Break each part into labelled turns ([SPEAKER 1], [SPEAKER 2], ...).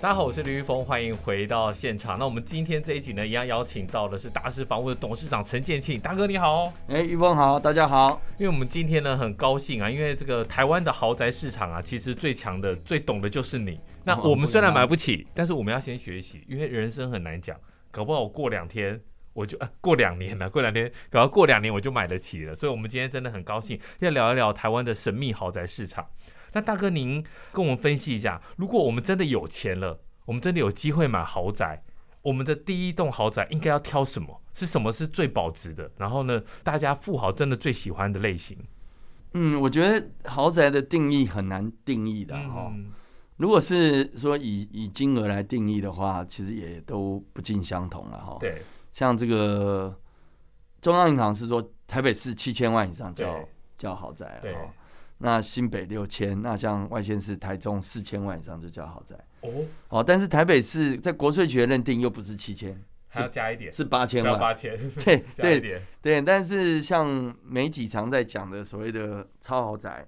[SPEAKER 1] 大家好，我是林玉峰，欢迎回到现场。那我们今天这一集呢，一样邀请到的是达氏房屋的董事长陈建庆，大哥你好。
[SPEAKER 2] 哎，玉峰好，大家好。
[SPEAKER 1] 因为我们今天呢很高兴啊，因为这个台湾的豪宅市场啊，其实最强的、最懂的就是你。那
[SPEAKER 2] 哦
[SPEAKER 1] 我们虽然
[SPEAKER 2] 不一样
[SPEAKER 1] 买不起，但是我们要先学习，因为人生很难讲，搞不好我过两天。我就、呃、过两年了，过两天，搞到过两年我就买得起了，所以我们今天真的很高兴，要聊一聊台湾的神秘豪宅市场。那大哥，您跟我们分析一下，如果我们真的有钱了，我们真的有机会买豪宅，我们的第一栋豪宅应该要挑什么？是什么是最保值的？然后呢，大家富豪真的最喜欢的类型？
[SPEAKER 2] 嗯，我觉得豪宅的定义很难定义的哈、
[SPEAKER 1] 嗯
[SPEAKER 2] 如果是说以以金额来定义的话，其实也都不尽相同了哈、，
[SPEAKER 1] 对
[SPEAKER 2] 像这个中央银行是说台北市七千万以上叫
[SPEAKER 1] 对
[SPEAKER 2] 叫豪宅啊
[SPEAKER 1] 对
[SPEAKER 2] 哈、那新北六千，那像外县市台中四千万以上就叫豪宅。
[SPEAKER 1] 哦，
[SPEAKER 2] 哦，但是台北市在国税局的认定又不是七千，
[SPEAKER 1] 还要加一点，
[SPEAKER 2] 是八
[SPEAKER 1] 不
[SPEAKER 2] 千
[SPEAKER 1] 要
[SPEAKER 2] 万。
[SPEAKER 1] 八千，
[SPEAKER 2] 对
[SPEAKER 1] 加一
[SPEAKER 2] 对
[SPEAKER 1] 点，
[SPEAKER 2] 对，但是像媒体常在讲的所谓的超豪宅，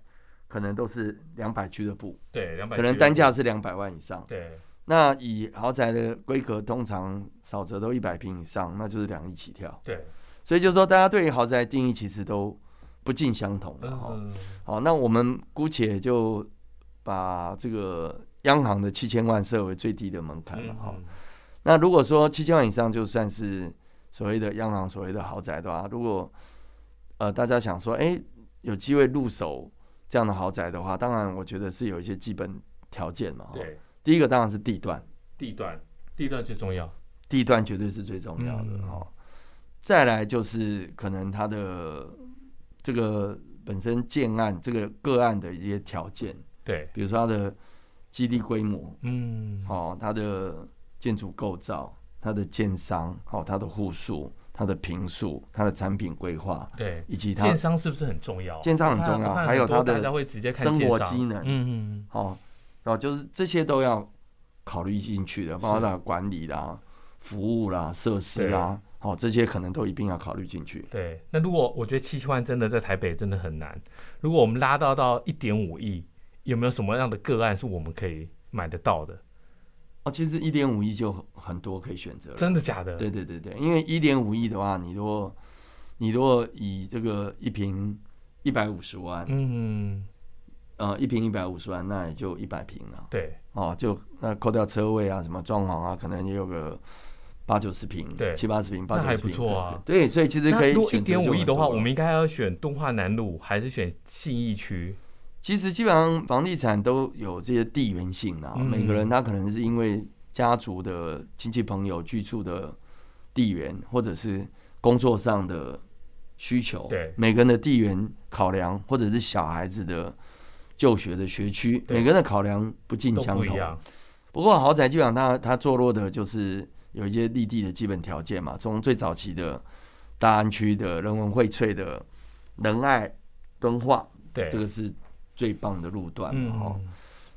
[SPEAKER 2] 可能都是两百俱乐部，
[SPEAKER 1] 对两百，
[SPEAKER 2] 可能单价是两百万以上。
[SPEAKER 1] 对
[SPEAKER 2] 那以豪宅的规格，通常少则都一百平以上，那就是两亿起跳。
[SPEAKER 1] 对，
[SPEAKER 2] 所以就是说，大家对于豪宅的定义其实都不尽相同的哈。
[SPEAKER 1] 嗯，
[SPEAKER 2] 好，那我们姑且就把这个央行的七千万设为最低的门槛了哈。
[SPEAKER 1] 嗯
[SPEAKER 2] 那如果说七千万以上就算是所谓的央行所谓的豪宅的话，如果呃大家想说，哎、有机会入手这样的豪宅的话，当然我觉得是有一些基本条件嘛。，
[SPEAKER 1] 嗯
[SPEAKER 2] 哦
[SPEAKER 1] 对，
[SPEAKER 2] 第一个当然是地段，
[SPEAKER 1] 地段，地段最重要，
[SPEAKER 2] 地段绝对是最重要的
[SPEAKER 1] 嗯
[SPEAKER 2] 哦。再来就是可能它的这个本身建案这个个案的一些条件，
[SPEAKER 1] 对，
[SPEAKER 2] 比如说它的基地规模，
[SPEAKER 1] 嗯，
[SPEAKER 2] 哦，它的建筑构造、它的建商、哦，它的户数、它的平数、它的产品规划，
[SPEAKER 1] 对，
[SPEAKER 2] 以及它
[SPEAKER 1] 建商是不是很重要？
[SPEAKER 2] 建商很重要
[SPEAKER 1] 我看我看
[SPEAKER 2] 还有
[SPEAKER 1] 很多
[SPEAKER 2] 它的
[SPEAKER 1] 大家会直接看
[SPEAKER 2] 生
[SPEAKER 1] 建
[SPEAKER 2] 活
[SPEAKER 1] 商
[SPEAKER 2] 机能
[SPEAKER 1] 嗯，
[SPEAKER 2] 哦，哦，就是这些都要考虑进去的，包括
[SPEAKER 1] 是
[SPEAKER 2] 它的管理啦、服务啦、设施啦，哦，这些可能都一并要考虑进去。
[SPEAKER 1] 对。那如果我觉得七千万真的在台北真的很难，如果我们拉到到一点五亿，有没有什么样的个案是我们可以买得到的？
[SPEAKER 2] 哦，其实一点五亿就很很多可以选择了。
[SPEAKER 1] 真的假的？
[SPEAKER 2] 对对对对，因为一点五亿的话，你如果你如果以这个一平一百五十万，
[SPEAKER 1] 嗯，
[SPEAKER 2] 呃，一平一百五十万，那也就一百平了。
[SPEAKER 1] 对
[SPEAKER 2] 哦，就那扣掉车位啊，什么装潢啊，可能也有个八九十平，
[SPEAKER 1] 对
[SPEAKER 2] 七八十平，八
[SPEAKER 1] 那
[SPEAKER 2] 九十
[SPEAKER 1] 还
[SPEAKER 2] 平，
[SPEAKER 1] 不错啊
[SPEAKER 2] 对，对所以其实可
[SPEAKER 1] 那
[SPEAKER 2] 以
[SPEAKER 1] 如果一
[SPEAKER 2] 选择
[SPEAKER 1] 点
[SPEAKER 2] 就
[SPEAKER 1] 五
[SPEAKER 2] 很
[SPEAKER 1] 亿的话，
[SPEAKER 2] 多了
[SPEAKER 1] 我们应该要选东化南路，还是选信义区？
[SPEAKER 2] 其实基本上房地产都有这些地缘性啊，
[SPEAKER 1] 嗯
[SPEAKER 2] 每个人他可能是因为家族的亲戚朋友居住的地缘，或者是工作上的需求，
[SPEAKER 1] 对
[SPEAKER 2] 每个人的地缘考量，或者是小孩子的就学的学区，
[SPEAKER 1] 对
[SPEAKER 2] 每个人的考量不尽
[SPEAKER 1] 都
[SPEAKER 2] 相
[SPEAKER 1] 不一
[SPEAKER 2] 同。
[SPEAKER 1] 样。
[SPEAKER 2] 不过豪宅基本上它它坐落的就是有一些立地的基本条件嘛，从最早期的大安区的人文荟萃的仁爱敦化，
[SPEAKER 1] 对，
[SPEAKER 2] 这个是最棒的路段嘛哈、
[SPEAKER 1] 嗯，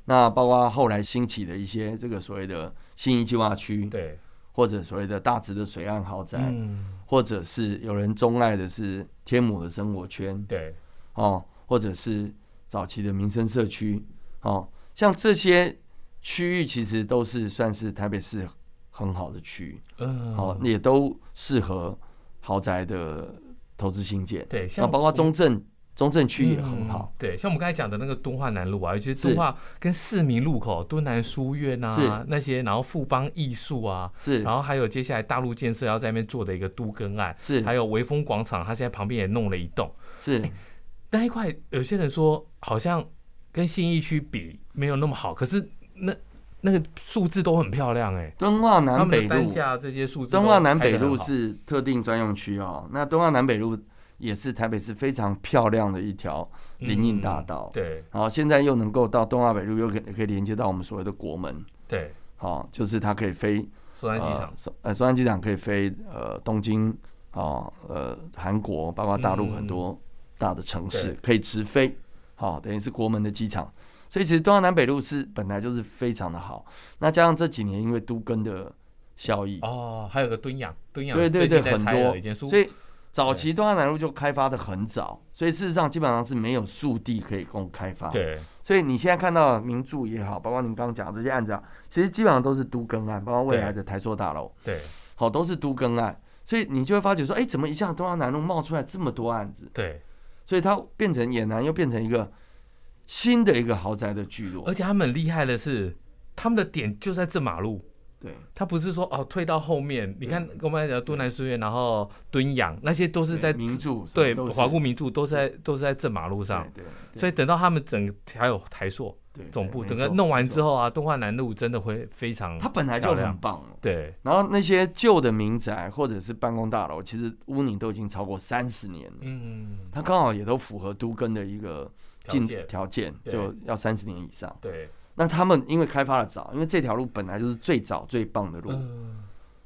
[SPEAKER 2] 那包括后来兴起的一些这个所谓的新义计划区，
[SPEAKER 1] 对，
[SPEAKER 2] 或者所谓的大直的水岸豪宅，
[SPEAKER 1] 嗯，
[SPEAKER 2] 或者是有人钟爱的是天母的生活圈
[SPEAKER 1] 对，
[SPEAKER 2] 哦，或者是早期的民生社区哦，像这些区域其实都是算是台北市很好的区域，
[SPEAKER 1] 嗯，
[SPEAKER 2] 哦，也都适合豪宅的投资新建，
[SPEAKER 1] 对，像
[SPEAKER 2] 那包括中正中正区也
[SPEAKER 1] 嗯
[SPEAKER 2] 很好，
[SPEAKER 1] 对，像我们刚才讲的那个敦化南路啊，其实
[SPEAKER 2] 是
[SPEAKER 1] 敦化跟市民路口、敦南书院啊
[SPEAKER 2] 是
[SPEAKER 1] 那些，然后富邦艺术啊，
[SPEAKER 2] 是
[SPEAKER 1] 然后还有接下来大陆建设要在那边做的一个都更案，
[SPEAKER 2] 是
[SPEAKER 1] 还有微风广场，它现在旁边也弄了一栋
[SPEAKER 2] 是
[SPEAKER 1] 那一块。有些人说好像跟信义区比没有那么好，可是那那个数字都很漂亮哎、
[SPEAKER 2] 敦
[SPEAKER 1] 他
[SPEAKER 2] 化南
[SPEAKER 1] 们的
[SPEAKER 2] 北
[SPEAKER 1] 单
[SPEAKER 2] 路。
[SPEAKER 1] 价这些数字都开得很
[SPEAKER 2] 敦
[SPEAKER 1] 好，
[SPEAKER 2] 化南北路是特定专用区哦，那敦化南北路也是台北市非常漂亮的一条林荫大
[SPEAKER 1] 嗯
[SPEAKER 2] 道。
[SPEAKER 1] 对
[SPEAKER 2] 然后现在又能够到东华北路，又可以可以连接到我们所谓的国门，
[SPEAKER 1] 对，
[SPEAKER 2] 好、就是它可以飞
[SPEAKER 1] 松山机场
[SPEAKER 2] 呃，松呃松山机场可以飞呃东京，哦呃韩国，包括大陆
[SPEAKER 1] 嗯
[SPEAKER 2] 很多大的城市、
[SPEAKER 1] 对
[SPEAKER 2] 可以直飞，好、等于是国门的机场。所以其实东华南北路是本来就是非常的好，那加上这几年因为都更的效益，
[SPEAKER 1] 哦，还有个敦养，敦养
[SPEAKER 2] 对对
[SPEAKER 1] 最
[SPEAKER 2] 对，
[SPEAKER 1] 近在
[SPEAKER 2] 很
[SPEAKER 1] 拆了
[SPEAKER 2] 多
[SPEAKER 1] 已经，苏
[SPEAKER 2] 所以早期东华南路就开发的很早，所以事实上基本上是没有树地可以供开发，
[SPEAKER 1] 对
[SPEAKER 2] 所以你现在看到的名著也好，包括您刚刚讲的这些案子啊，其实基本上都是都更案，包括未来的台塑大楼，
[SPEAKER 1] 对
[SPEAKER 2] 好，都是都更案。所以你就会发觉说，哎、怎么一下东华南路冒出来这么多案子？
[SPEAKER 1] 对，
[SPEAKER 2] 所以它变成也南又变成一个新的一个豪宅的聚落
[SPEAKER 1] 而。且他们很厉害的是，他们的点就在这马路。
[SPEAKER 2] 对
[SPEAKER 1] 他不是说哦退到后面，你看我们来讲敦南书院，然后敦养那些都是在
[SPEAKER 2] 名著什么
[SPEAKER 1] 对
[SPEAKER 2] 都是
[SPEAKER 1] 华固名著都是在都是在正马路上，
[SPEAKER 2] 对对，
[SPEAKER 1] 所以等到他们整还有台塑
[SPEAKER 2] 以
[SPEAKER 1] 总部整个弄完之，后啊，东华南路真的会非常
[SPEAKER 2] 它本来就
[SPEAKER 1] 漂亮
[SPEAKER 2] 很棒了。
[SPEAKER 1] 对
[SPEAKER 2] 然后那些旧的民宅或者是办公大楼，其实屋龄都已经超过三十年了。
[SPEAKER 1] 嗯
[SPEAKER 2] 它刚好也都符合都更的一个
[SPEAKER 1] 条
[SPEAKER 2] 进
[SPEAKER 1] 件
[SPEAKER 2] 条件，
[SPEAKER 1] 对
[SPEAKER 2] 就要三十年以上。
[SPEAKER 1] 对
[SPEAKER 2] 那他们因为开发的早，因为这条路本来就是最早最棒的路，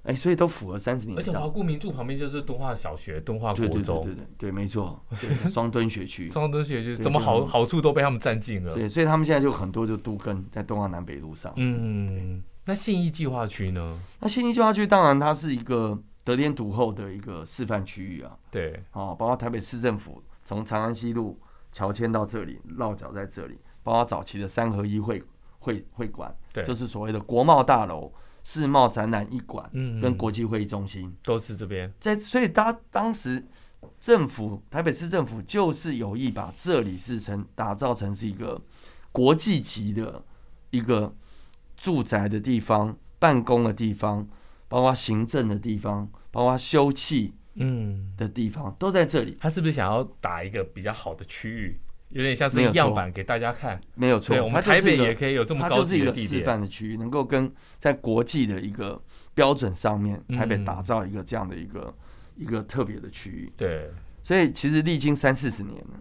[SPEAKER 2] 哎、
[SPEAKER 1] 嗯，
[SPEAKER 2] 所以都符合三十年
[SPEAKER 1] 而
[SPEAKER 2] 以
[SPEAKER 1] 且华
[SPEAKER 2] 上。
[SPEAKER 1] 固名著旁边就是敦化小学、敦化
[SPEAKER 2] 对
[SPEAKER 1] 国
[SPEAKER 2] 对对对
[SPEAKER 1] 中、
[SPEAKER 2] 对对，没 错，对双墩学区。
[SPEAKER 1] 中东学就
[SPEAKER 2] 对
[SPEAKER 1] 怎么
[SPEAKER 2] 就
[SPEAKER 1] 好
[SPEAKER 2] 很
[SPEAKER 1] 好处都被他们占尽了，
[SPEAKER 2] 对，所以他们现在就很多就都跟在东华南北路上。
[SPEAKER 1] 嗯，那信义计划区呢？
[SPEAKER 2] 那新义计划区当然它是一个得天独厚的一个示范区域啊，
[SPEAKER 1] 对
[SPEAKER 2] 哦，包括台北市政府从长安西路乔迁到这里，落脚在这里，包括早期的三合一会会会馆，
[SPEAKER 1] 对，
[SPEAKER 2] 就是所谓的国贸大楼、世贸展览一馆
[SPEAKER 1] 嗯
[SPEAKER 2] 跟国际会议中心，
[SPEAKER 1] 都是这边
[SPEAKER 2] 在所以他当时政府台北市政府就是有意把这里是成打造成是一个国际级的一个住宅的地方、办公的地方，包括行政的地方，包括休憩
[SPEAKER 1] 嗯。
[SPEAKER 2] 的地方都在这里。
[SPEAKER 1] 他是不是想要打一个比较好的区域，有点像是
[SPEAKER 2] 没有错
[SPEAKER 1] 样板给大家看？
[SPEAKER 2] 没有错
[SPEAKER 1] 对，我，
[SPEAKER 2] 它
[SPEAKER 1] 们
[SPEAKER 2] 就
[SPEAKER 1] 台
[SPEAKER 2] 是一
[SPEAKER 1] 北
[SPEAKER 2] 个
[SPEAKER 1] 也可以有这么
[SPEAKER 2] 它
[SPEAKER 1] 高
[SPEAKER 2] 就是
[SPEAKER 1] 级
[SPEAKER 2] 一
[SPEAKER 1] 的
[SPEAKER 2] 个
[SPEAKER 1] 地
[SPEAKER 2] 示
[SPEAKER 1] 点。
[SPEAKER 2] 范的区域，能够跟在国际的一个标准上面，台北
[SPEAKER 1] 嗯
[SPEAKER 2] 打造一个这样的一个一个特别的区域。
[SPEAKER 1] 对，
[SPEAKER 2] 所以其实历经三四十年了。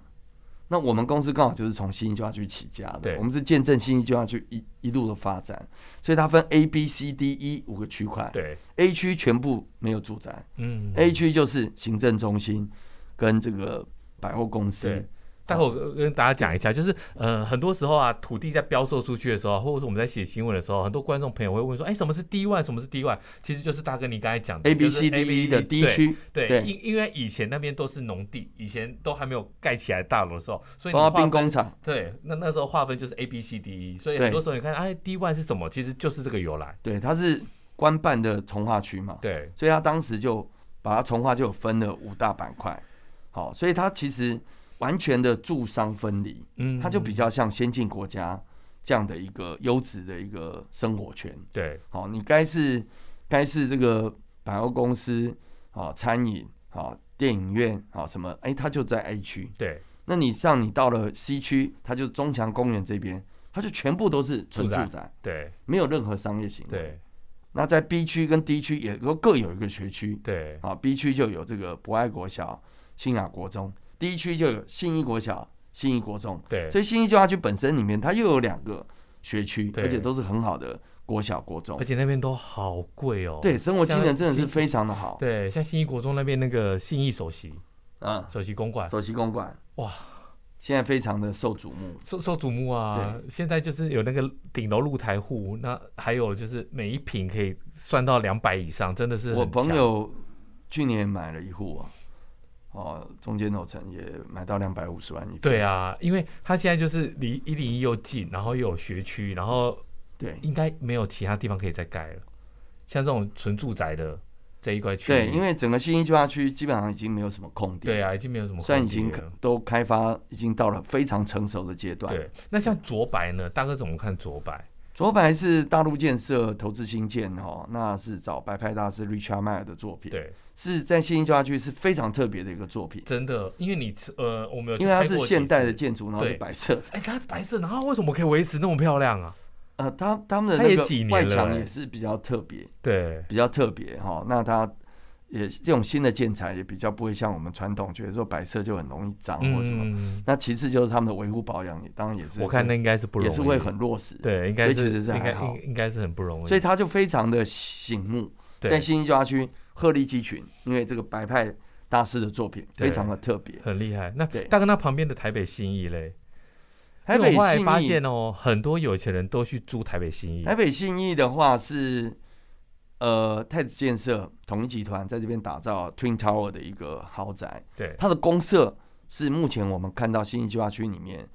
[SPEAKER 2] 那我们公司刚好就是从新义计划区起家的
[SPEAKER 1] 对，
[SPEAKER 2] 我们是见证新义计划区一一路的发展，所以它分 A、B、C、D、E 五个区块。
[SPEAKER 1] 对，
[SPEAKER 2] A 区全部没有住宅
[SPEAKER 1] 嗯。
[SPEAKER 2] ，A 区就是行政中心跟这个百货公司
[SPEAKER 1] 对。待会我跟大家讲一下，就是呃，很多时候啊，土地在标售出去的时候，啊或者是我们在写新闻的时候，很多观众朋友会问说，哎，什么是 D one，什么是 D one？其实就是大哥你刚才讲的
[SPEAKER 2] A、B、
[SPEAKER 1] 就是
[SPEAKER 2] C、D、E 的
[SPEAKER 1] D
[SPEAKER 2] 第一区，
[SPEAKER 1] 对。对，
[SPEAKER 2] 对
[SPEAKER 1] 因因为以前那边都是农地，以前都还没有盖起来大楼的时候，所以你
[SPEAKER 2] 包括
[SPEAKER 1] 划
[SPEAKER 2] 兵
[SPEAKER 1] 分
[SPEAKER 2] 工厂，
[SPEAKER 1] 对，那那时候划分就是 A B C D E，所以很
[SPEAKER 2] 对
[SPEAKER 1] 多时候你看，哎，D one 是什么？其实就是这个由来。
[SPEAKER 2] 对，它是官办的从化区嘛，
[SPEAKER 1] 对，
[SPEAKER 2] 所以它当时就把它从化就有分了五大板块，好，所以它其实完全的住商分离，
[SPEAKER 1] 嗯
[SPEAKER 2] 它就比较像先进国家这样的一个优质的一个生活圈。
[SPEAKER 1] 对，
[SPEAKER 2] 好，你该是该是这个百货公司啊、餐饮啊、电影院啊什么，哎、它就在 A 区。
[SPEAKER 1] 对，
[SPEAKER 2] 那你像你到了 C 区，它就中强公园这边，它就全部都是纯
[SPEAKER 1] 住
[SPEAKER 2] 住
[SPEAKER 1] 宅
[SPEAKER 2] 宅，
[SPEAKER 1] 对，
[SPEAKER 2] 没有任何商业行为。
[SPEAKER 1] 对，
[SPEAKER 2] 那在 B 区跟 D 区也都各有一个学区，
[SPEAKER 1] 对，
[SPEAKER 2] 啊，B 区就有这个博爱国小、新雅国中，D 区就有信义国小、信义国中，
[SPEAKER 1] 对，
[SPEAKER 2] 所以信义计划区本身里面它又有两个学区，
[SPEAKER 1] 对
[SPEAKER 2] 而且都是很好的国小、国中
[SPEAKER 1] 而，且那边都好贵哦。
[SPEAKER 2] 对，生活机能真
[SPEAKER 1] 像
[SPEAKER 2] 的是非常的好，
[SPEAKER 1] 对，像信义国中那边那个信义首席
[SPEAKER 2] 啊，
[SPEAKER 1] 首席公馆，
[SPEAKER 2] 首席公馆
[SPEAKER 1] 哇，
[SPEAKER 2] 现在非常的受瞩目，
[SPEAKER 1] 受受瞩目啊！现在就是有那个顶楼露台户，那还有就是每一平可以算到两百以上，真的是
[SPEAKER 2] 我
[SPEAKER 1] 很
[SPEAKER 2] 朋
[SPEAKER 1] 强
[SPEAKER 2] 友去年买了一户啊，哦，中间楼层也买到两百五十万一平，
[SPEAKER 1] 对啊，因为他现在就是离一零一又近，然后又有学区，然后
[SPEAKER 2] 对。
[SPEAKER 1] 应该没有其他地方可以再盖了。像这种纯住宅的这一块区域，
[SPEAKER 2] 对，因为整个新义计划区基本上已经没有什么空地，
[SPEAKER 1] 对啊，已经没有什么
[SPEAKER 2] 虽然已
[SPEAKER 1] 空地
[SPEAKER 2] 经
[SPEAKER 1] 了
[SPEAKER 2] 都开发，已经到了非常成熟的阶段。
[SPEAKER 1] 对，，那像卓白呢？大哥怎么看卓白？
[SPEAKER 2] 卓白是大陆建设投资新建哦，那是找白派大师 Richard Meyer 的作品，
[SPEAKER 1] 对，
[SPEAKER 2] 是在新义计划区是非常特别的一个作品，
[SPEAKER 1] 真的，因为你呃，我们有去
[SPEAKER 2] 因为它
[SPEAKER 1] 拍
[SPEAKER 2] 是
[SPEAKER 1] 过
[SPEAKER 2] 现
[SPEAKER 1] 几
[SPEAKER 2] 代
[SPEAKER 1] 次
[SPEAKER 2] 的，建筑，然后是
[SPEAKER 1] 对
[SPEAKER 2] 白色。
[SPEAKER 1] 哎，它白色，然后为什么可以维持那么漂亮啊？
[SPEAKER 2] 呃，它他们的
[SPEAKER 1] 它也
[SPEAKER 2] 那个
[SPEAKER 1] 几年
[SPEAKER 2] 外
[SPEAKER 1] 了
[SPEAKER 2] 墙
[SPEAKER 1] 欸
[SPEAKER 2] 也是比较特别，
[SPEAKER 1] 对，
[SPEAKER 2] 比较特别哈、哦。那它也这种新的建材也比较不会像我们传统觉得说白色就很容易脏或什么。
[SPEAKER 1] 嗯，
[SPEAKER 2] 那其次就是他们的维护保养，也当然也是
[SPEAKER 1] 我看那
[SPEAKER 2] 会
[SPEAKER 1] 应该是不容
[SPEAKER 2] 也
[SPEAKER 1] 易，
[SPEAKER 2] 是会很落实。，
[SPEAKER 1] 对，应该
[SPEAKER 2] 所以
[SPEAKER 1] 是
[SPEAKER 2] 其实是
[SPEAKER 1] 应该
[SPEAKER 2] 还好
[SPEAKER 1] 应应该是很不容易，
[SPEAKER 2] 所以它就非常的醒目，
[SPEAKER 1] 对
[SPEAKER 2] 在新一家区鹤立鸡群，因为这个白派大师的作品
[SPEAKER 1] 对
[SPEAKER 2] 非常的特别。
[SPEAKER 1] 很厉害。那
[SPEAKER 2] 对
[SPEAKER 1] 大哥，那旁边的台北新义嘞？
[SPEAKER 2] 台
[SPEAKER 1] 因为
[SPEAKER 2] 北
[SPEAKER 1] 我后来
[SPEAKER 2] 信
[SPEAKER 1] 发
[SPEAKER 2] 义
[SPEAKER 1] 现哦，很多有钱人都去租台北新义
[SPEAKER 2] 台。北信义的话是，呃，太子建设统一集团在这边打造 Twin Tower 的一个豪宅，
[SPEAKER 1] 对，
[SPEAKER 2] 它的公社是目前我们看到新义计划区里面，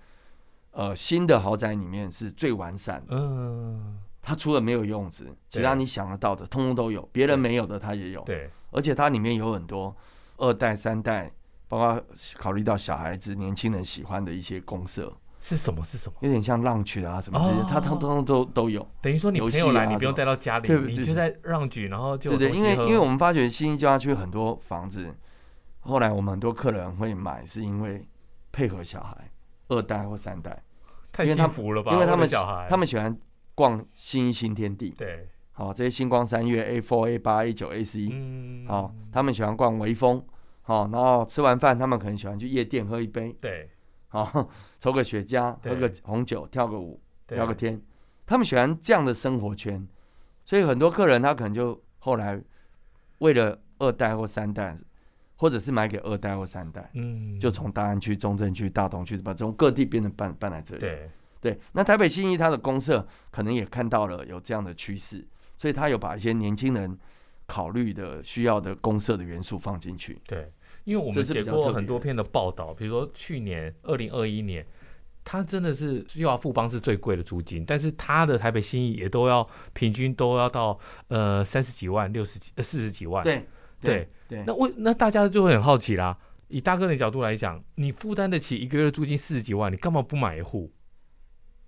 [SPEAKER 2] 呃，新的豪宅里面是最完善的。
[SPEAKER 1] 嗯，
[SPEAKER 2] 它除了没有游泳池，其他你想得到的通通都有，别人没有的它也有。
[SPEAKER 1] 对，
[SPEAKER 2] 而且它里面有很多二代、三代，包括考虑到小孩子、年轻人喜欢的一些公社，
[SPEAKER 1] 是什么是什么？
[SPEAKER 2] 有点像浪曲啊什么这些
[SPEAKER 1] 哦，
[SPEAKER 2] 它通通都都有。
[SPEAKER 1] 等于说你
[SPEAKER 2] 游
[SPEAKER 1] 朋
[SPEAKER 2] 戏
[SPEAKER 1] 友来，
[SPEAKER 2] 啊
[SPEAKER 1] 你不
[SPEAKER 2] 什
[SPEAKER 1] 用
[SPEAKER 2] 么
[SPEAKER 1] 带到家里
[SPEAKER 2] 对，
[SPEAKER 1] 你
[SPEAKER 2] 对
[SPEAKER 1] 就在让举，然后就有
[SPEAKER 2] 对对，
[SPEAKER 1] 东西
[SPEAKER 2] 因为
[SPEAKER 1] 喝
[SPEAKER 2] 因为我们发觉新一旧家区很多房子，后来我们很多客人会买，是因为配合小孩二代或三代，
[SPEAKER 1] 太
[SPEAKER 2] 因为他
[SPEAKER 1] 幸
[SPEAKER 2] 们
[SPEAKER 1] 福了吧？
[SPEAKER 2] 因为
[SPEAKER 1] 我
[SPEAKER 2] 他
[SPEAKER 1] 的
[SPEAKER 2] 们喜
[SPEAKER 1] 小孩，
[SPEAKER 2] 他们喜欢逛新一新天地，
[SPEAKER 1] 对，
[SPEAKER 2] 好、这些星光三月 A four A 八 A 九 A 十一，
[SPEAKER 1] 嗯，
[SPEAKER 2] 好，他们喜欢逛微风，好、然后吃完饭他们可能喜欢去夜店喝一杯，
[SPEAKER 1] 对
[SPEAKER 2] 好、啊 抽个雪茄，
[SPEAKER 1] 对
[SPEAKER 2] 喝个红酒，跳个舞，
[SPEAKER 1] 对，
[SPEAKER 2] 聊个天，他们喜欢这样的生活圈，所以很多客人他可能就后来为了二代或三代，或者是买给二代或三代，
[SPEAKER 1] 嗯，
[SPEAKER 2] 就从大安区、中正区、大同区，把从各地变成搬搬来这里。
[SPEAKER 1] 对
[SPEAKER 2] 对那台北新义它的公社可能也看到了有这样的趋势，所以他有把一些年轻人考虑的需要的公社的元素放进去。
[SPEAKER 1] 对，因为我们
[SPEAKER 2] 这是
[SPEAKER 1] 写
[SPEAKER 2] 比较
[SPEAKER 1] 过
[SPEAKER 2] 特
[SPEAKER 1] 很
[SPEAKER 2] 别
[SPEAKER 1] 多
[SPEAKER 2] 的
[SPEAKER 1] 篇的报道，比如说去年二零二一年，它真的是需要富邦是最贵的租金，但是它的台北新义也都要平均都要到呃三十几万、六十几、呃四十几万。，
[SPEAKER 2] 对
[SPEAKER 1] 对
[SPEAKER 2] 对，
[SPEAKER 1] 那为那大家就会很好奇啦。以大哥的角度来讲，你负担得起一个月的租金四十几万，你干嘛不买一户？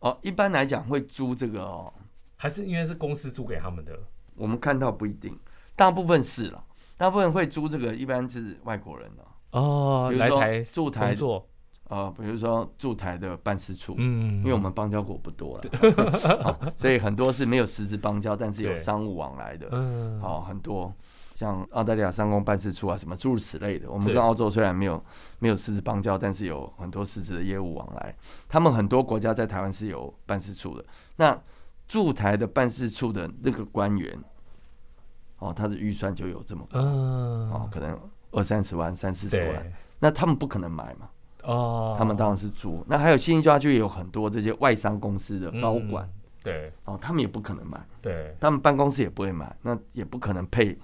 [SPEAKER 2] 哦，一般来讲会租这个哦，
[SPEAKER 1] 还是因为是公司租给他们的？
[SPEAKER 2] 我们看到不一定，大部分是了，大部分会租这个一般是外国人了，
[SPEAKER 1] 哦，
[SPEAKER 2] 比如
[SPEAKER 1] 来
[SPEAKER 2] 说
[SPEAKER 1] 台
[SPEAKER 2] 驻台
[SPEAKER 1] 工作，
[SPEAKER 2] 呃，比如说驻台的办事处，
[SPEAKER 1] 嗯，
[SPEAKER 2] 因为我们邦交国不多 了、好所以很多是没有实质邦交，但是有
[SPEAKER 1] 对
[SPEAKER 2] 商务往来的，
[SPEAKER 1] 嗯，
[SPEAKER 2] 好、哦很多。像澳大利亚商工办事处啊，什么诸如此类的，我们
[SPEAKER 1] 是
[SPEAKER 2] 跟澳洲虽然没有没有实质邦交，但是有很多实质的业务往来。他们很多国家在台湾是有办事处的。那驻台的办事处的那个官员，哦，他的预算就有这么
[SPEAKER 1] 嗯，
[SPEAKER 2] 哦，可能二三十万、三四十万
[SPEAKER 1] 对，，
[SPEAKER 2] 那他们不可能买嘛，
[SPEAKER 1] 哦，
[SPEAKER 2] 他们当然是租。那还有新一抓就有很多这些外商公司的包管、
[SPEAKER 1] 嗯，对
[SPEAKER 2] 哦，他们也不可能买，
[SPEAKER 1] 对，
[SPEAKER 2] 他们办公室也不会买，那也不可能配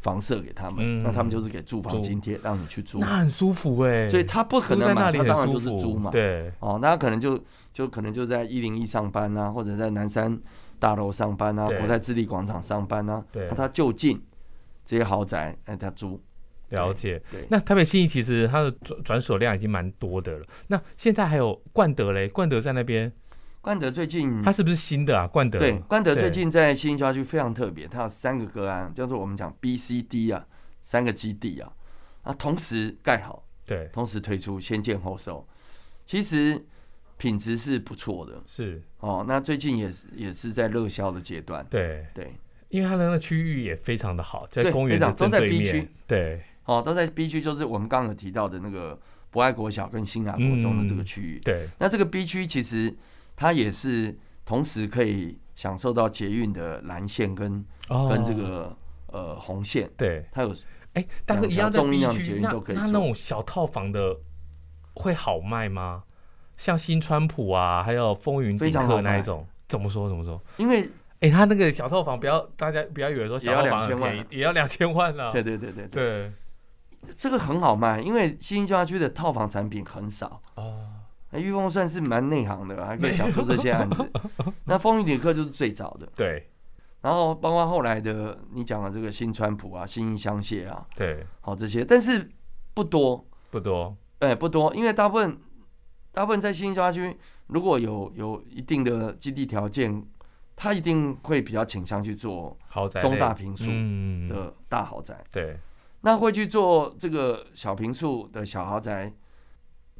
[SPEAKER 2] 房舍给他们，
[SPEAKER 1] 嗯
[SPEAKER 2] 那他们就是给住房
[SPEAKER 1] 租
[SPEAKER 2] 津贴让你去租
[SPEAKER 1] 那，很舒服哎，
[SPEAKER 2] 所以他不可
[SPEAKER 1] 租在
[SPEAKER 2] 能
[SPEAKER 1] 那
[SPEAKER 2] 买，
[SPEAKER 1] 里
[SPEAKER 2] 他
[SPEAKER 1] 很
[SPEAKER 2] 当然
[SPEAKER 1] 舒
[SPEAKER 2] 就是
[SPEAKER 1] 服，
[SPEAKER 2] 租嘛。
[SPEAKER 1] 对，
[SPEAKER 2] 哦，那他可能就就可能就在一零一上班啊，或者在南山大楼上班啊，
[SPEAKER 1] 对
[SPEAKER 2] 国泰置地广场上班啊，
[SPEAKER 1] 对
[SPEAKER 2] 那他就近这些豪宅，哎，他租，
[SPEAKER 1] 了解
[SPEAKER 2] 对对。
[SPEAKER 1] 那台北新义其实它的转转手量已经蛮多的了。那现在还有冠德嘞，冠德在那边，
[SPEAKER 2] 冠德最近
[SPEAKER 1] 它是不是新的啊？冠德
[SPEAKER 2] 嗯对，冠德
[SPEAKER 1] 对
[SPEAKER 2] 最近在新郊区非常特别，它有三个个案，叫做我们讲 B、C、D 啊，三个基地啊，啊，同时盖好，
[SPEAKER 1] 对
[SPEAKER 2] 同时推出，先建后售，其实品质是不错的
[SPEAKER 1] 是，
[SPEAKER 2] 哦。那最近也是也是在热销的阶段，
[SPEAKER 1] 对，
[SPEAKER 2] 对，
[SPEAKER 1] 因为它的那个区域也非常的好，在
[SPEAKER 2] 对
[SPEAKER 1] 公园的
[SPEAKER 2] 非常
[SPEAKER 1] 正
[SPEAKER 2] 都在
[SPEAKER 1] 对
[SPEAKER 2] B
[SPEAKER 1] 面
[SPEAKER 2] 区，
[SPEAKER 1] 对
[SPEAKER 2] 哦，都在 B 区，就是我们刚刚有提到的那个博爱国小跟新雅国中的这个区域。
[SPEAKER 1] 对
[SPEAKER 2] 那这个 B 区其实它也是同时可以享受到捷运的蓝线跟
[SPEAKER 1] 哦
[SPEAKER 2] 跟这个呃红线，
[SPEAKER 1] 对，
[SPEAKER 2] 它有
[SPEAKER 1] 哎，大哥
[SPEAKER 2] 两
[SPEAKER 1] 一样在
[SPEAKER 2] 条中
[SPEAKER 1] B
[SPEAKER 2] 一样捷
[SPEAKER 1] 区，
[SPEAKER 2] 运
[SPEAKER 1] 那
[SPEAKER 2] 都可以
[SPEAKER 1] 那那
[SPEAKER 2] 做
[SPEAKER 1] 种小套房的会好卖吗？像新川普啊，还有风云
[SPEAKER 2] 非
[SPEAKER 1] 迪
[SPEAKER 2] 常好
[SPEAKER 1] 克那一
[SPEAKER 2] 卖
[SPEAKER 1] 种，怎么说怎么说？
[SPEAKER 2] 因为
[SPEAKER 1] 哎、他那个小套房，不要大家不要以为说小套房很便宜，也要两千万了。
[SPEAKER 2] 对对对对对，
[SPEAKER 1] 对
[SPEAKER 2] 这个很好卖，因为新家区的套房产品很少。
[SPEAKER 1] 哦，
[SPEAKER 2] 那哎玉凤算是蛮内行的，啊还可以讲出这些 案子。那风雨旅客就是最早的，
[SPEAKER 1] 对
[SPEAKER 2] 然后包括后来的你讲的这个新川普啊、新义香榭啊，
[SPEAKER 1] 对，
[SPEAKER 2] 好这些，但是不多，
[SPEAKER 1] 不多。
[SPEAKER 2] 哎、不多，因为大部分大部分在新家区，如果有有一定的基地条件，他一定会比较倾向去做
[SPEAKER 1] 豪宅类
[SPEAKER 2] 中大平数
[SPEAKER 1] 嗯，
[SPEAKER 2] 的大豪宅。
[SPEAKER 1] 对
[SPEAKER 2] 那会去做这个小平数的小豪宅，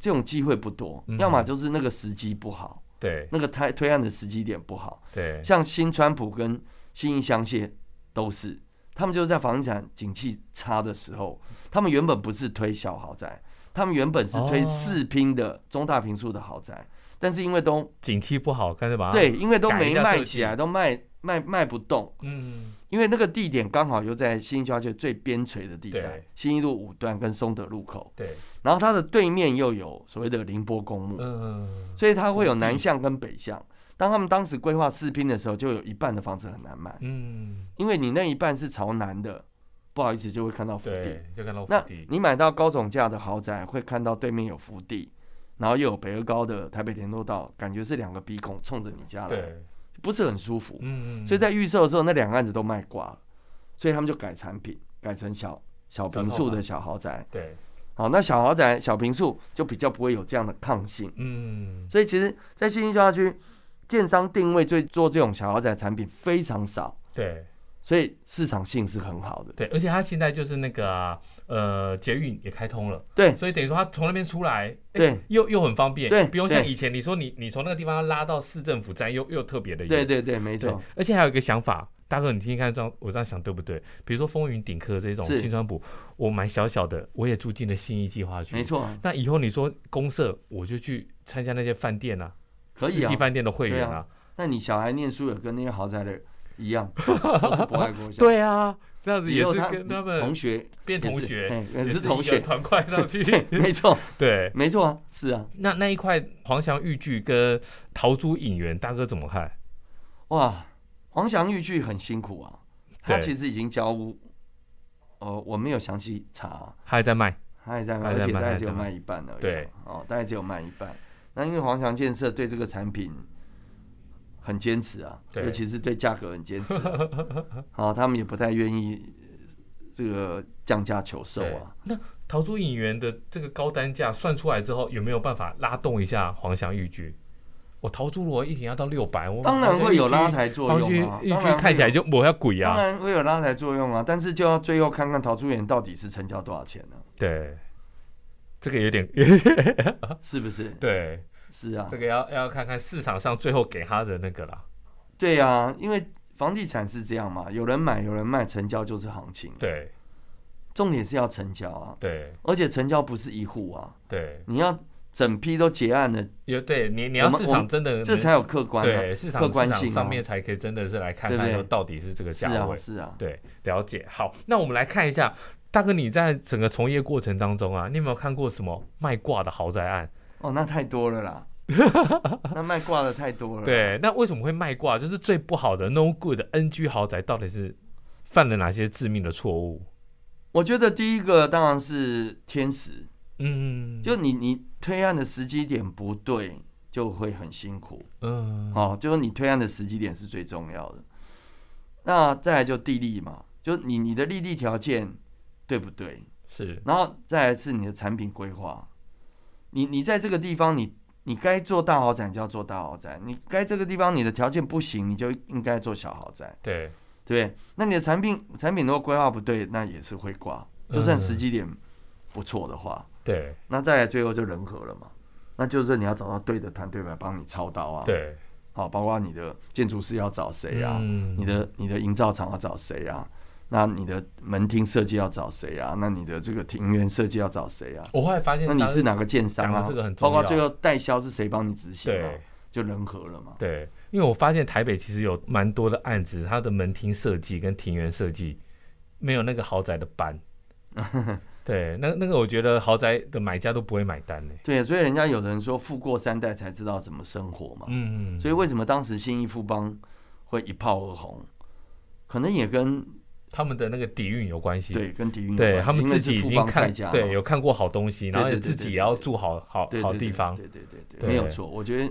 [SPEAKER 2] 这种机会不多，
[SPEAKER 1] 嗯
[SPEAKER 2] 要么就是那个时机不好，
[SPEAKER 1] 对
[SPEAKER 2] 那个推推案的时机点不好，
[SPEAKER 1] 对，
[SPEAKER 2] 像新川普跟新义香榭都是，他们就是在房地产景气差的时候，他们原本不是推小豪宅，他们原本是推
[SPEAKER 1] 哦
[SPEAKER 2] 四拼的中大平数的豪宅，但是因为都
[SPEAKER 1] 景气不好，干脆把它
[SPEAKER 2] 对，，因为都
[SPEAKER 1] 啊改一
[SPEAKER 2] 没
[SPEAKER 1] 下
[SPEAKER 2] 卖
[SPEAKER 1] 设
[SPEAKER 2] 起
[SPEAKER 1] 计
[SPEAKER 2] 来，都卖卖卖不动，
[SPEAKER 1] 嗯，
[SPEAKER 2] 因为那个地点刚好又在新一区区最边陲的地带
[SPEAKER 1] 对，
[SPEAKER 2] 新一路五段跟松德路口，
[SPEAKER 1] 对，
[SPEAKER 2] 然后它的对面又有所谓的宁波公墓，
[SPEAKER 1] 嗯，
[SPEAKER 2] 所以它会有南向跟北向。当他们当时规划四拼的时候，就有一半的房子很难卖，
[SPEAKER 1] 嗯，
[SPEAKER 2] 因为你那一半是朝南的，不好意思就会看到福地
[SPEAKER 1] 对。，就看到
[SPEAKER 2] 那
[SPEAKER 1] 府地，
[SPEAKER 2] 你买到高总价的豪宅，会看到对面有福地，然后又有北二高的台北联络道，感觉是两个鼻孔冲着你家来，
[SPEAKER 1] 对，
[SPEAKER 2] 不是很舒服。
[SPEAKER 1] 嗯，
[SPEAKER 2] 所以在预售的时候，那两个案子都卖挂了，所以他们就改产品，改成小小平数的小豪宅。
[SPEAKER 1] 对，
[SPEAKER 2] 好，那小豪宅、小平数就比较不会有这样的抗性。
[SPEAKER 1] 嗯，
[SPEAKER 2] 所以其实，在新兴消化区，建商定位最做这种小豪宅产品非常少，
[SPEAKER 1] 对。
[SPEAKER 2] 所以市场性是很好的。
[SPEAKER 1] 对，而且它现在就是那个啊、呃，捷运也开通了，
[SPEAKER 2] 对
[SPEAKER 1] 所以等于说它从那边出来，哎
[SPEAKER 2] 对，
[SPEAKER 1] 又又很方便，
[SPEAKER 2] 对
[SPEAKER 1] 不用像
[SPEAKER 2] 对
[SPEAKER 1] 以前你说你你从那个地方拉到市政府站，又又特别的远，
[SPEAKER 2] 对对对，没
[SPEAKER 1] 对
[SPEAKER 2] 错，，
[SPEAKER 1] 而且还有一个想法，大哥，你听听看，这样我这样想对不对？比如说风云顶客这种
[SPEAKER 2] 是
[SPEAKER 1] 新川普，我买小小的，我也住进了信义计划区，
[SPEAKER 2] 没。错，
[SPEAKER 1] 那以后你说公社，我就去参加那些饭店啊，
[SPEAKER 2] 可以
[SPEAKER 1] 四
[SPEAKER 2] 啊
[SPEAKER 1] 季。饭店的会员
[SPEAKER 2] 对
[SPEAKER 1] 啊
[SPEAKER 2] 啊，那你小孩念书有跟那些豪宅的 一样，都是不爱国小。，
[SPEAKER 1] 对啊，这样子
[SPEAKER 2] 以
[SPEAKER 1] 也
[SPEAKER 2] 后
[SPEAKER 1] 是
[SPEAKER 2] 他
[SPEAKER 1] 跟他
[SPEAKER 2] 同
[SPEAKER 1] 们
[SPEAKER 2] 学
[SPEAKER 1] 变同
[SPEAKER 2] 也是
[SPEAKER 1] 学，
[SPEAKER 2] 嘿也是
[SPEAKER 1] 一个
[SPEAKER 2] 同学，
[SPEAKER 1] 团块上 去
[SPEAKER 2] 没错，
[SPEAKER 1] 对。
[SPEAKER 2] 没错啊，是啊，
[SPEAKER 1] 那那一块黄翔豫剧跟桃珠影园，大哥怎么看？
[SPEAKER 2] 哇，黄翔豫剧很辛苦啊，他
[SPEAKER 1] 对
[SPEAKER 2] 其实已经交屋，呃，我没有详细查啊、
[SPEAKER 1] 他还在卖，
[SPEAKER 2] 他还在卖，
[SPEAKER 1] 还
[SPEAKER 2] 而
[SPEAKER 1] 在
[SPEAKER 2] 且
[SPEAKER 1] 卖
[SPEAKER 2] 大概
[SPEAKER 1] 还
[SPEAKER 2] 只有
[SPEAKER 1] 在卖
[SPEAKER 2] 卖一半而已。
[SPEAKER 1] 对，
[SPEAKER 2] 哦，大概只有卖一半。那因为黄强建设对这个产品很坚持啊，
[SPEAKER 1] 对
[SPEAKER 2] 尤其是对价格很坚 持、啊，好、他们也不太愿意呃这个降价求售
[SPEAKER 1] 对
[SPEAKER 2] 啊。。
[SPEAKER 1] 那桃珠影园的这个高单价算出来之后，有没有办法拉动一下黄翔豫剧？我桃珠如果一瓶要到六百，我
[SPEAKER 2] 当然会有拉抬作
[SPEAKER 1] 黄翔
[SPEAKER 2] 用啊，
[SPEAKER 1] 豫
[SPEAKER 2] 当
[SPEAKER 1] 剧
[SPEAKER 2] 然
[SPEAKER 1] 看起来
[SPEAKER 2] 会
[SPEAKER 1] 就我要鬼
[SPEAKER 2] 有当
[SPEAKER 1] 啊！
[SPEAKER 2] 然会有拉抬作用啊，但是就要最后看看陶朱元到底是成交多少钱呢、
[SPEAKER 1] 对，这个有点
[SPEAKER 2] 是不是？
[SPEAKER 1] 对，
[SPEAKER 2] 是啊，
[SPEAKER 1] 这个要要看看市场上最后给他的那个啦。
[SPEAKER 2] 对啊，因为房地产是这样嘛，有人买有人卖，成交就是行情。
[SPEAKER 1] 对
[SPEAKER 2] 重点是要成交啊，
[SPEAKER 1] 对
[SPEAKER 2] 而且成交不是一户啊，
[SPEAKER 1] 对，
[SPEAKER 2] 你要整批都结案了，
[SPEAKER 1] 有对你你要
[SPEAKER 2] 我们
[SPEAKER 1] 市
[SPEAKER 2] 我
[SPEAKER 1] 场
[SPEAKER 2] 们
[SPEAKER 1] 真的
[SPEAKER 2] 这
[SPEAKER 1] 能
[SPEAKER 2] 才有客观、啊，
[SPEAKER 1] 呃对市场
[SPEAKER 2] 客观
[SPEAKER 1] 市场
[SPEAKER 2] 性、啊、
[SPEAKER 1] 上面才可以真的是来看
[SPEAKER 2] 对不
[SPEAKER 1] 看
[SPEAKER 2] 对
[SPEAKER 1] 说到底是这个
[SPEAKER 2] 是
[SPEAKER 1] 价位。
[SPEAKER 2] 啊是啊，
[SPEAKER 1] 对，了解。好，那我们来看一下，大哥，你在整个从业过程当中啊，你有没有看过什么卖挂的豪宅案？
[SPEAKER 2] 哦，那太多了 啦，那卖挂的太多了。，
[SPEAKER 1] 对，那为什么会卖挂？就是最不好的 no good 的 NG 豪宅到底是犯了哪些致命的错误？
[SPEAKER 2] 我觉得第一个当然是天时，
[SPEAKER 1] 嗯，
[SPEAKER 2] 就你你推案的时机点不对，就会很辛苦。
[SPEAKER 1] 嗯，
[SPEAKER 2] 哦，就是你推案的时机点是最重要的。那再来就地利嘛，就是你你的利地条件对不对？
[SPEAKER 1] 是，
[SPEAKER 2] 然后再来是你的产品规划，你你在这个地方你。你该做大豪宅你就要做大豪宅，你该这个地方你的条件不行，你就应该做小豪宅，
[SPEAKER 1] 对，
[SPEAKER 2] 对不对？那你的产品产品如果规划不对，那也是会挂。就算时机点不错的话，
[SPEAKER 1] 对，
[SPEAKER 2] 那再来最后就人和了嘛，那就是你要找到对的团队来帮你操刀啊。
[SPEAKER 1] 对，
[SPEAKER 2] 好，包括你的建筑师要找谁啊，
[SPEAKER 1] 嗯
[SPEAKER 2] 你的你的营造厂要找谁啊，那你的门厅设计要找谁啊，那你的这个庭园设计要找谁啊，
[SPEAKER 1] 我后来发现
[SPEAKER 2] 那
[SPEAKER 1] 大哥，
[SPEAKER 2] 你是哪个建商
[SPEAKER 1] 讲
[SPEAKER 2] 啊
[SPEAKER 1] 的这个很？重
[SPEAKER 2] 包
[SPEAKER 1] 要
[SPEAKER 2] 括最后代销是谁帮你执行啊
[SPEAKER 1] 对？
[SPEAKER 2] 就人和了嘛。
[SPEAKER 1] 对，因为我发现台北其实有蛮多的案子，它的门厅设计跟庭园设计没有那个豪宅的 班。对，那那个我觉得豪宅的买家都不会买单呢。
[SPEAKER 2] 对，所以人家有人说富过三代才知道怎么生活嘛。
[SPEAKER 1] 嗯，
[SPEAKER 2] 哦所以为什么当时新义富邦会一炮而红，可能也跟
[SPEAKER 1] 他们的那个底蕴有关系。
[SPEAKER 2] 对跟底蕴有
[SPEAKER 1] 对，
[SPEAKER 2] 关
[SPEAKER 1] 他们
[SPEAKER 2] 因为
[SPEAKER 1] 自
[SPEAKER 2] 是
[SPEAKER 1] 己已
[SPEAKER 2] 富
[SPEAKER 1] 经
[SPEAKER 2] 邦
[SPEAKER 1] 看
[SPEAKER 2] 蔡家嘛
[SPEAKER 1] 对有看过好东西，然后
[SPEAKER 2] 对
[SPEAKER 1] 也
[SPEAKER 2] 对对
[SPEAKER 1] 自己
[SPEAKER 2] 对
[SPEAKER 1] 也要
[SPEAKER 2] 对
[SPEAKER 1] 住好好
[SPEAKER 2] 对
[SPEAKER 1] 好
[SPEAKER 2] 对
[SPEAKER 1] 地
[SPEAKER 2] 对
[SPEAKER 1] 方。
[SPEAKER 2] 对对对对
[SPEAKER 1] 对
[SPEAKER 2] 没有错。我觉得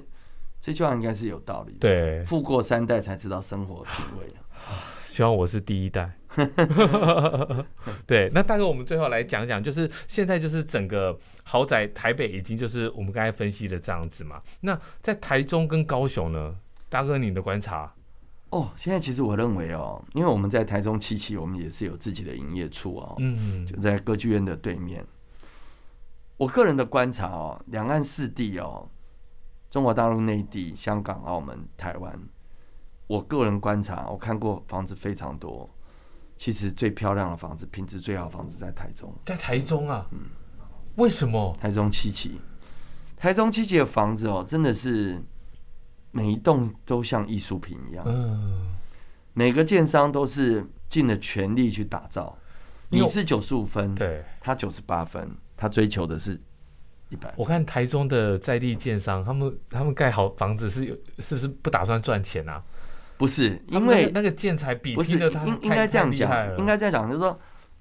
[SPEAKER 2] 这句话应该是有道理的。
[SPEAKER 1] 对，
[SPEAKER 2] 富过三代才知道生活品味啊。
[SPEAKER 1] 希望我是第一 代。对，那大哥，我们最后来讲讲，就是现在就是整个豪宅台北已经就是我们刚才分析的这样子嘛。那在台中跟高雄呢，大哥你的观察，
[SPEAKER 2] 哦，现在其实我认为哦，因为我们在台中七期，我们也是有自己的营业处哦，
[SPEAKER 1] 嗯
[SPEAKER 2] 就在歌剧院的对面。我个人的观察哦，两岸四地哦，中国大陆内地、香港、澳门、台湾，我个人观察，我看过房子非常多，其实最漂亮的房子，品质最好的房子在台中，
[SPEAKER 1] 在台中啊，
[SPEAKER 2] 嗯
[SPEAKER 1] 为什么？
[SPEAKER 2] 台中七期。台中七期的房子哦，真的是每一栋都像艺术品一样，
[SPEAKER 1] 嗯，
[SPEAKER 2] 每个建商都是尽了全力去打造。
[SPEAKER 1] 因为
[SPEAKER 2] 你是九十五分，
[SPEAKER 1] 对，
[SPEAKER 2] 他九十八分，他追求的是一百。
[SPEAKER 1] 我看台中的在地建商，他们他们盖好房子是有是不是不打算赚钱啊？
[SPEAKER 2] 不是
[SPEAKER 1] 他
[SPEAKER 2] 因
[SPEAKER 1] 们那个
[SPEAKER 2] 为
[SPEAKER 1] 那个建材比
[SPEAKER 2] 不是
[SPEAKER 1] 拼的他
[SPEAKER 2] 应应该这样讲，应
[SPEAKER 1] 该
[SPEAKER 2] 该这样讲，就是说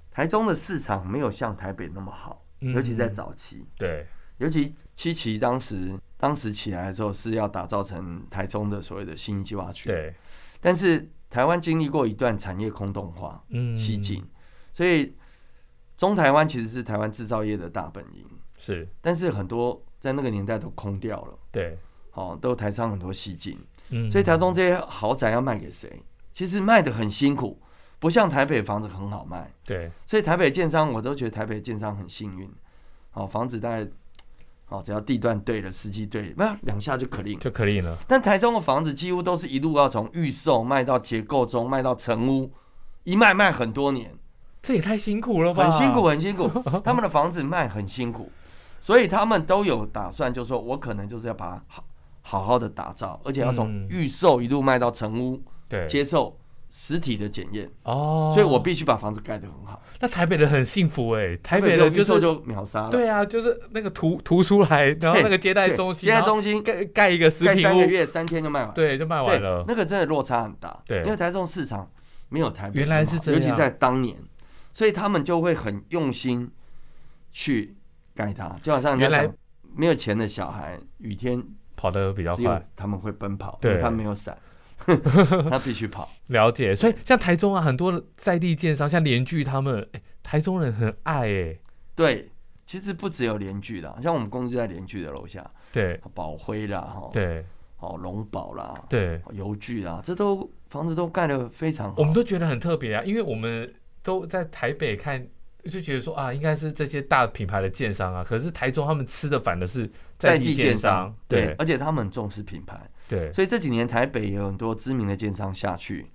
[SPEAKER 2] 台中的市场没有像台北那么好，
[SPEAKER 1] 嗯
[SPEAKER 2] 尤其在早期，
[SPEAKER 1] 对
[SPEAKER 2] 尤其七期当时当时起来的时候是要打造成台中的所谓的新计划区，，
[SPEAKER 1] 对，
[SPEAKER 2] 但是台湾经历过一段产业空洞化、
[SPEAKER 1] 嗯
[SPEAKER 2] 西进，所以中台湾其实是台湾制造业的大本营，
[SPEAKER 1] 是，
[SPEAKER 2] 但是很多在那个年代都空掉了，
[SPEAKER 1] 对，
[SPEAKER 2] 哦，都台商很多西进，
[SPEAKER 1] 嗯，
[SPEAKER 2] 所以台中这些豪宅要卖给谁？其实卖的很辛苦，不像台北房子很好卖，
[SPEAKER 1] 对
[SPEAKER 2] 所以台北建商我都觉得台北建商很幸运，哦，房子大概哦只要地段对了，时机对了，那两下就可定。
[SPEAKER 1] 就可以了，
[SPEAKER 2] 但台中的房子几乎都是一路要从预售卖到结构中，卖到成屋，一卖卖很多年，
[SPEAKER 1] 这也太辛苦了吧？
[SPEAKER 2] 很辛苦，欸很辛苦。他们的房子卖很辛苦，所以他们都有打算，就说我可能就是要把它好好好的打造，而且要从
[SPEAKER 1] 嗯
[SPEAKER 2] 预售一路卖到成屋。
[SPEAKER 1] 对，
[SPEAKER 2] 接受实体的检验，
[SPEAKER 1] 哦，
[SPEAKER 2] 所以我必须把房子盖得很好。
[SPEAKER 1] 那台北人很幸福哎，台北
[SPEAKER 2] 的
[SPEAKER 1] 人就是
[SPEAKER 2] 就秒杀了，
[SPEAKER 1] 对啊，就是那个图图出来，然后
[SPEAKER 2] 对
[SPEAKER 1] 那个接待中心，
[SPEAKER 2] 对接待
[SPEAKER 1] 然后
[SPEAKER 2] 中心
[SPEAKER 1] 盖盖一个食
[SPEAKER 2] 盖
[SPEAKER 1] 品
[SPEAKER 2] 三个
[SPEAKER 1] 屋，
[SPEAKER 2] 月三天就卖完，
[SPEAKER 1] 对，就卖
[SPEAKER 2] 对，
[SPEAKER 1] 完了。
[SPEAKER 2] 那个真的落差很大，
[SPEAKER 1] 对
[SPEAKER 2] 因为台中市场没有台北
[SPEAKER 1] 原来是这样
[SPEAKER 2] 尤其在当年，所以他们就会很用心去盖它，就好像人家
[SPEAKER 1] 原来
[SPEAKER 2] 讲没有钱的小孩，雨天
[SPEAKER 1] 跑得比较
[SPEAKER 2] 只有
[SPEAKER 1] 快，
[SPEAKER 2] 他们会奔跑，
[SPEAKER 1] 对
[SPEAKER 2] 因为他没有伞， 他必须跑。
[SPEAKER 1] 了解。所以像台中啊，很多在地建商，像联聚他们，哎台中人很爱哎，
[SPEAKER 2] 对，其实不只有联聚啦，像我们公司就在联聚的楼下，
[SPEAKER 1] 对
[SPEAKER 2] 宝辉啦，哈，
[SPEAKER 1] 对
[SPEAKER 2] 哦，龙宝啦，
[SPEAKER 1] 对，
[SPEAKER 2] 邮具啊，这都房子都盖得非常好。
[SPEAKER 1] 我们都觉得很特别啊，因为我们都在台北看。就觉得说啊，应该是这些大品牌的建商啊，可是台中他们吃的反的是
[SPEAKER 2] 在
[SPEAKER 1] 地
[SPEAKER 2] 地
[SPEAKER 1] 建
[SPEAKER 2] 建
[SPEAKER 1] 商
[SPEAKER 2] 商，，对，
[SPEAKER 1] 对
[SPEAKER 2] 而且他们很重视品牌，
[SPEAKER 1] 对，
[SPEAKER 2] 所以这几年台北也有很多知名的建商下去，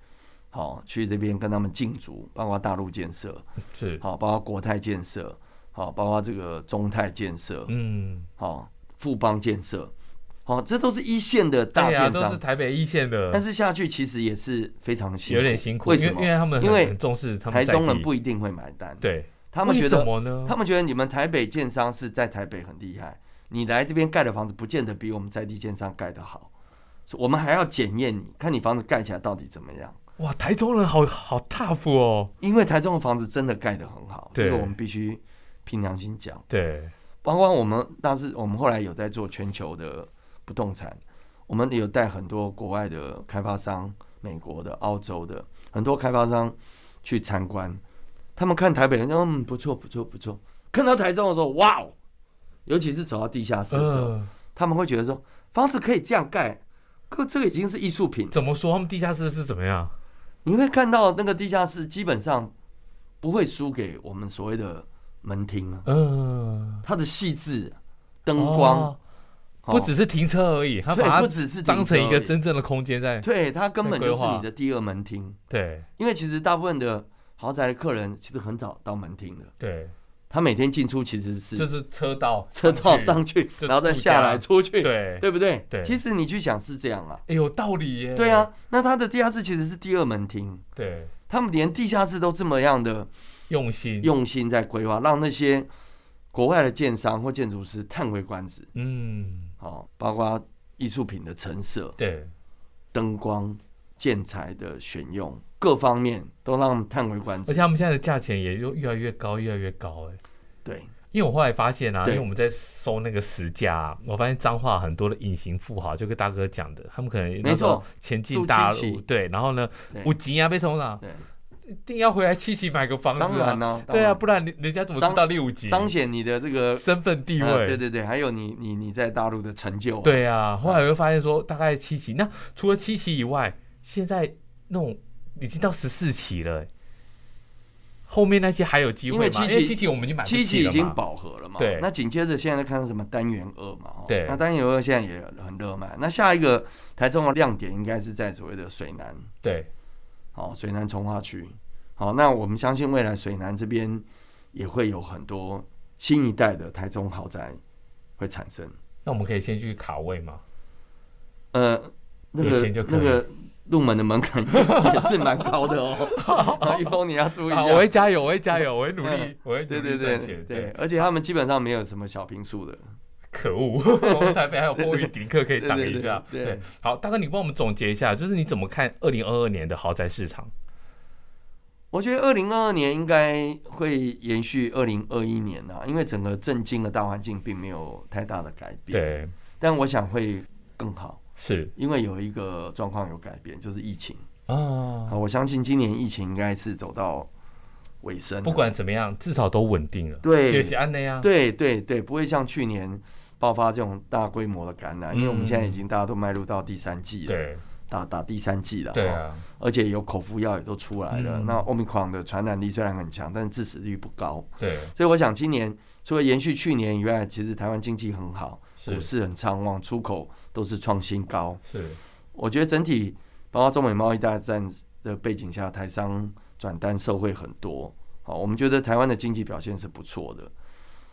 [SPEAKER 2] 好、去这边跟他们竞逐，包括大陆建设，
[SPEAKER 1] 是，
[SPEAKER 2] 好、包括国泰建设，好、包括这个中泰建设，
[SPEAKER 1] 嗯，
[SPEAKER 2] 好、富邦建设，好、这都是一线的大
[SPEAKER 1] 对啊，
[SPEAKER 2] 建
[SPEAKER 1] 都
[SPEAKER 2] 商，
[SPEAKER 1] 是台北一线的，
[SPEAKER 2] 但是下去其实也是非常辛苦，
[SPEAKER 1] 有点辛苦，
[SPEAKER 2] 为
[SPEAKER 1] 因
[SPEAKER 2] 什么？
[SPEAKER 1] 为因为他们很
[SPEAKER 2] 因为
[SPEAKER 1] 很重视他
[SPEAKER 2] 台
[SPEAKER 1] 们在
[SPEAKER 2] 中人
[SPEAKER 1] 地
[SPEAKER 2] 不一定会买单，，
[SPEAKER 1] 对，
[SPEAKER 2] 他们觉
[SPEAKER 1] 为
[SPEAKER 2] 得
[SPEAKER 1] 什么呢？
[SPEAKER 2] 他们觉得你们台北建商是在台北很厉害，你来这边盖的房子不见得比我们在地建商盖的好，所以我们还要检验你，看你房子盖起来到底怎么样。
[SPEAKER 1] 哇，台中人好好 tough 哦，
[SPEAKER 2] 因为台中的房子真的盖得很好，
[SPEAKER 1] 对
[SPEAKER 2] 这个我们必须凭良心讲。
[SPEAKER 1] 对，
[SPEAKER 2] 包括我们当时，我们后来有在做全球的不动产，我们有带很多国外的开发商，美国的、澳洲的很多开发商去参观，他们看台北人，嗯，不错，不错，不错。看到台中的时候，哇哦！尤其是走到地下室的时候，
[SPEAKER 1] 嗯，
[SPEAKER 2] 他们会觉得说，房子可以这样盖，可这个已经是艺术品。
[SPEAKER 1] 怎么说？他们地下室是怎么样？
[SPEAKER 2] 你会看到那个地下室基本上不会输给我们所谓的门厅啊，
[SPEAKER 1] 嗯，
[SPEAKER 2] 它的细致、灯光。
[SPEAKER 1] 哦
[SPEAKER 2] 哦
[SPEAKER 1] 不只是停车而已，他
[SPEAKER 2] 对
[SPEAKER 1] 把，它
[SPEAKER 2] 不只是
[SPEAKER 1] 当成一个
[SPEAKER 2] 顶
[SPEAKER 1] 真正的空间在
[SPEAKER 2] 格而已，对，它根本
[SPEAKER 1] 在
[SPEAKER 2] 就
[SPEAKER 1] 规
[SPEAKER 2] 是
[SPEAKER 1] 划
[SPEAKER 2] 你的第二门厅。
[SPEAKER 1] 对
[SPEAKER 2] 因为其实大部分的豪宅的客人其实很早到门厅的，
[SPEAKER 1] 对，
[SPEAKER 2] 他每天进出其实
[SPEAKER 1] 就是是车道
[SPEAKER 2] 车道
[SPEAKER 1] 去，
[SPEAKER 2] 上去，
[SPEAKER 1] 就
[SPEAKER 2] 然后再
[SPEAKER 1] 住
[SPEAKER 2] 下
[SPEAKER 1] 家
[SPEAKER 2] 来出去，
[SPEAKER 1] 对，
[SPEAKER 2] 对不对？
[SPEAKER 1] 对
[SPEAKER 2] 其实你去想是这样啊，
[SPEAKER 1] 哎，有道理耶，
[SPEAKER 2] 对，啊。那它的地下室其实是第二门厅，
[SPEAKER 1] 对，
[SPEAKER 2] 他们连地下室都这么样的
[SPEAKER 1] 用心，
[SPEAKER 2] 用心在规划，让那些国外的建商或建筑师叹为观止。
[SPEAKER 1] 嗯，
[SPEAKER 2] 哦，包括艺术品的陈设，
[SPEAKER 1] 对，
[SPEAKER 2] 灯光、建材的选用各方面都让他们叹为观
[SPEAKER 1] 而且
[SPEAKER 2] 止。
[SPEAKER 1] 他们现在的价钱也又越来越高，越来越高，哎。
[SPEAKER 2] 对，
[SPEAKER 1] 因为我后来发现啊，因
[SPEAKER 2] 对
[SPEAKER 1] 为我们在搜那个实价、啊，我发现彰化很多的隐形富豪，就跟大哥讲的，他们可能那
[SPEAKER 2] 没错
[SPEAKER 1] 种前进大
[SPEAKER 2] 住七
[SPEAKER 1] 陆，
[SPEAKER 2] 期
[SPEAKER 1] 对，然后呢，
[SPEAKER 2] 对
[SPEAKER 1] 五级啊被冲上，
[SPEAKER 2] 对，
[SPEAKER 1] 一定要回来七期买个房
[SPEAKER 2] 当
[SPEAKER 1] 子啊
[SPEAKER 2] 然，呢、
[SPEAKER 1] 对啊，
[SPEAKER 2] 当然
[SPEAKER 1] 不然人人家怎么
[SPEAKER 2] 彰
[SPEAKER 1] 知道第五级？
[SPEAKER 2] 彰显你的这个
[SPEAKER 1] 身份地位，
[SPEAKER 2] 呃对对对，还有你你你在大陆的成就、啊。，
[SPEAKER 1] 对啊。后来我就发现说，大概七期，那除了七期以外，现在那种已经到十四期了、哎后面那些还有机会吗？
[SPEAKER 2] 因为七期
[SPEAKER 1] 因为七期我们已经买不
[SPEAKER 2] 七
[SPEAKER 1] 起了
[SPEAKER 2] 期已
[SPEAKER 1] 嘛
[SPEAKER 2] 经饱和了嘛。
[SPEAKER 1] 对
[SPEAKER 2] 那紧接着现在看到什么单元二嘛？哦
[SPEAKER 1] 对
[SPEAKER 2] 那单元二现在也很热卖。那下一个台中的亮点应该是在所谓的水南，
[SPEAKER 1] 对
[SPEAKER 2] 哦，水南从化区。好，那我们相信未来水南这边也会有很多新一代的台中豪宅会产生。
[SPEAKER 1] 那我们可以先去卡位吗？
[SPEAKER 2] 呃，那
[SPEAKER 1] 有
[SPEAKER 2] 个
[SPEAKER 1] 钱就可以
[SPEAKER 2] 那个入门的门槛 也是蛮高 的哦。那一峰你要注意一
[SPEAKER 1] 啊，我会
[SPEAKER 2] 下。
[SPEAKER 1] 加油，我会加油，我会努力
[SPEAKER 2] 嗯，
[SPEAKER 1] 我会努
[SPEAKER 2] 对
[SPEAKER 1] 力
[SPEAKER 2] 对
[SPEAKER 1] 赚
[SPEAKER 2] 对
[SPEAKER 1] 钱。
[SPEAKER 2] 对，，而且他们基本上没有什么小平数的。
[SPEAKER 1] 可恶， 我们台北还有波雨迪克可以挡一下。
[SPEAKER 2] 对对对对
[SPEAKER 1] 对，好，大哥，你帮我们总结一下，就是你怎么看二零二二年的豪宅市场？
[SPEAKER 2] 我觉得二零二二年应该会延续二零二一年啊，因为整个震惊的大环境并没有太大的改变。，
[SPEAKER 1] 对，
[SPEAKER 2] 但我想会更好，
[SPEAKER 1] 是
[SPEAKER 2] 因为有一个状况有改变，就是疫情。
[SPEAKER 1] 啊
[SPEAKER 2] 啊，，我相信今年疫情应该是走到尾声了，
[SPEAKER 1] 不管怎么样，至少都稳定了。
[SPEAKER 2] 对
[SPEAKER 1] 就是安内啊，
[SPEAKER 2] 对对对，不会像去年爆发这种大规模的感染，因为我们现在已
[SPEAKER 1] 嗯
[SPEAKER 2] 经大家都迈入到第三季了，
[SPEAKER 1] 对
[SPEAKER 2] 打打第三季了，
[SPEAKER 1] 对
[SPEAKER 2] 哈，
[SPEAKER 1] 啊，
[SPEAKER 2] 而且有口服药也都出来了。
[SPEAKER 1] 嗯
[SPEAKER 2] 那欧米狂的传染力虽然很强，但致死率不高，
[SPEAKER 1] 对，
[SPEAKER 2] 所以我想今年除了延续去年以外，其实台湾经济很好，股
[SPEAKER 1] 是
[SPEAKER 2] 市很畅旺，出口都是创新高。
[SPEAKER 1] 是，
[SPEAKER 2] 我觉得整体包括中美贸易大战的背景下，台商转单受惠很多。好，我们觉得台湾的经济表现是不错的。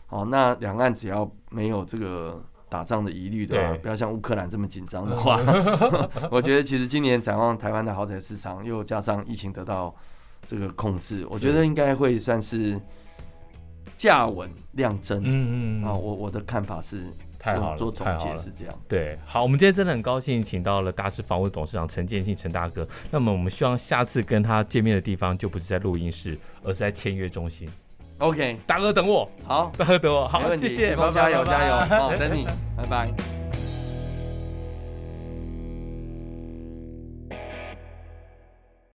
[SPEAKER 2] 好，那两岸只要没有这个打仗的疑虑的话
[SPEAKER 1] 对，
[SPEAKER 2] 不要像乌克兰这么紧张 的话， 我觉得其实今年展望台湾的豪宅市场，又加上疫情得到这个控制，我觉得应该会算是价稳量增。
[SPEAKER 1] 嗯嗯嗯
[SPEAKER 2] 啊，我我的看法是
[SPEAKER 1] 太好了
[SPEAKER 2] 做做
[SPEAKER 1] 太
[SPEAKER 2] 总
[SPEAKER 1] 好
[SPEAKER 2] 结
[SPEAKER 1] 了
[SPEAKER 2] 是这样。
[SPEAKER 1] 对，好，我们今天真的很高兴，请到了大师房屋董事长陈建信陈大哥。那么我们希望下次跟他见面的地方就不是在录音室，而是在签约中心。
[SPEAKER 2] OK，
[SPEAKER 1] 大哥等我，
[SPEAKER 2] 好，
[SPEAKER 1] 大哥等我，好
[SPEAKER 2] 没，问
[SPEAKER 1] 谢
[SPEAKER 2] 题，
[SPEAKER 1] 谢，
[SPEAKER 2] 一共
[SPEAKER 1] 拜拜
[SPEAKER 2] 加油
[SPEAKER 1] 拜拜
[SPEAKER 2] 加油，好，等你，拜拜。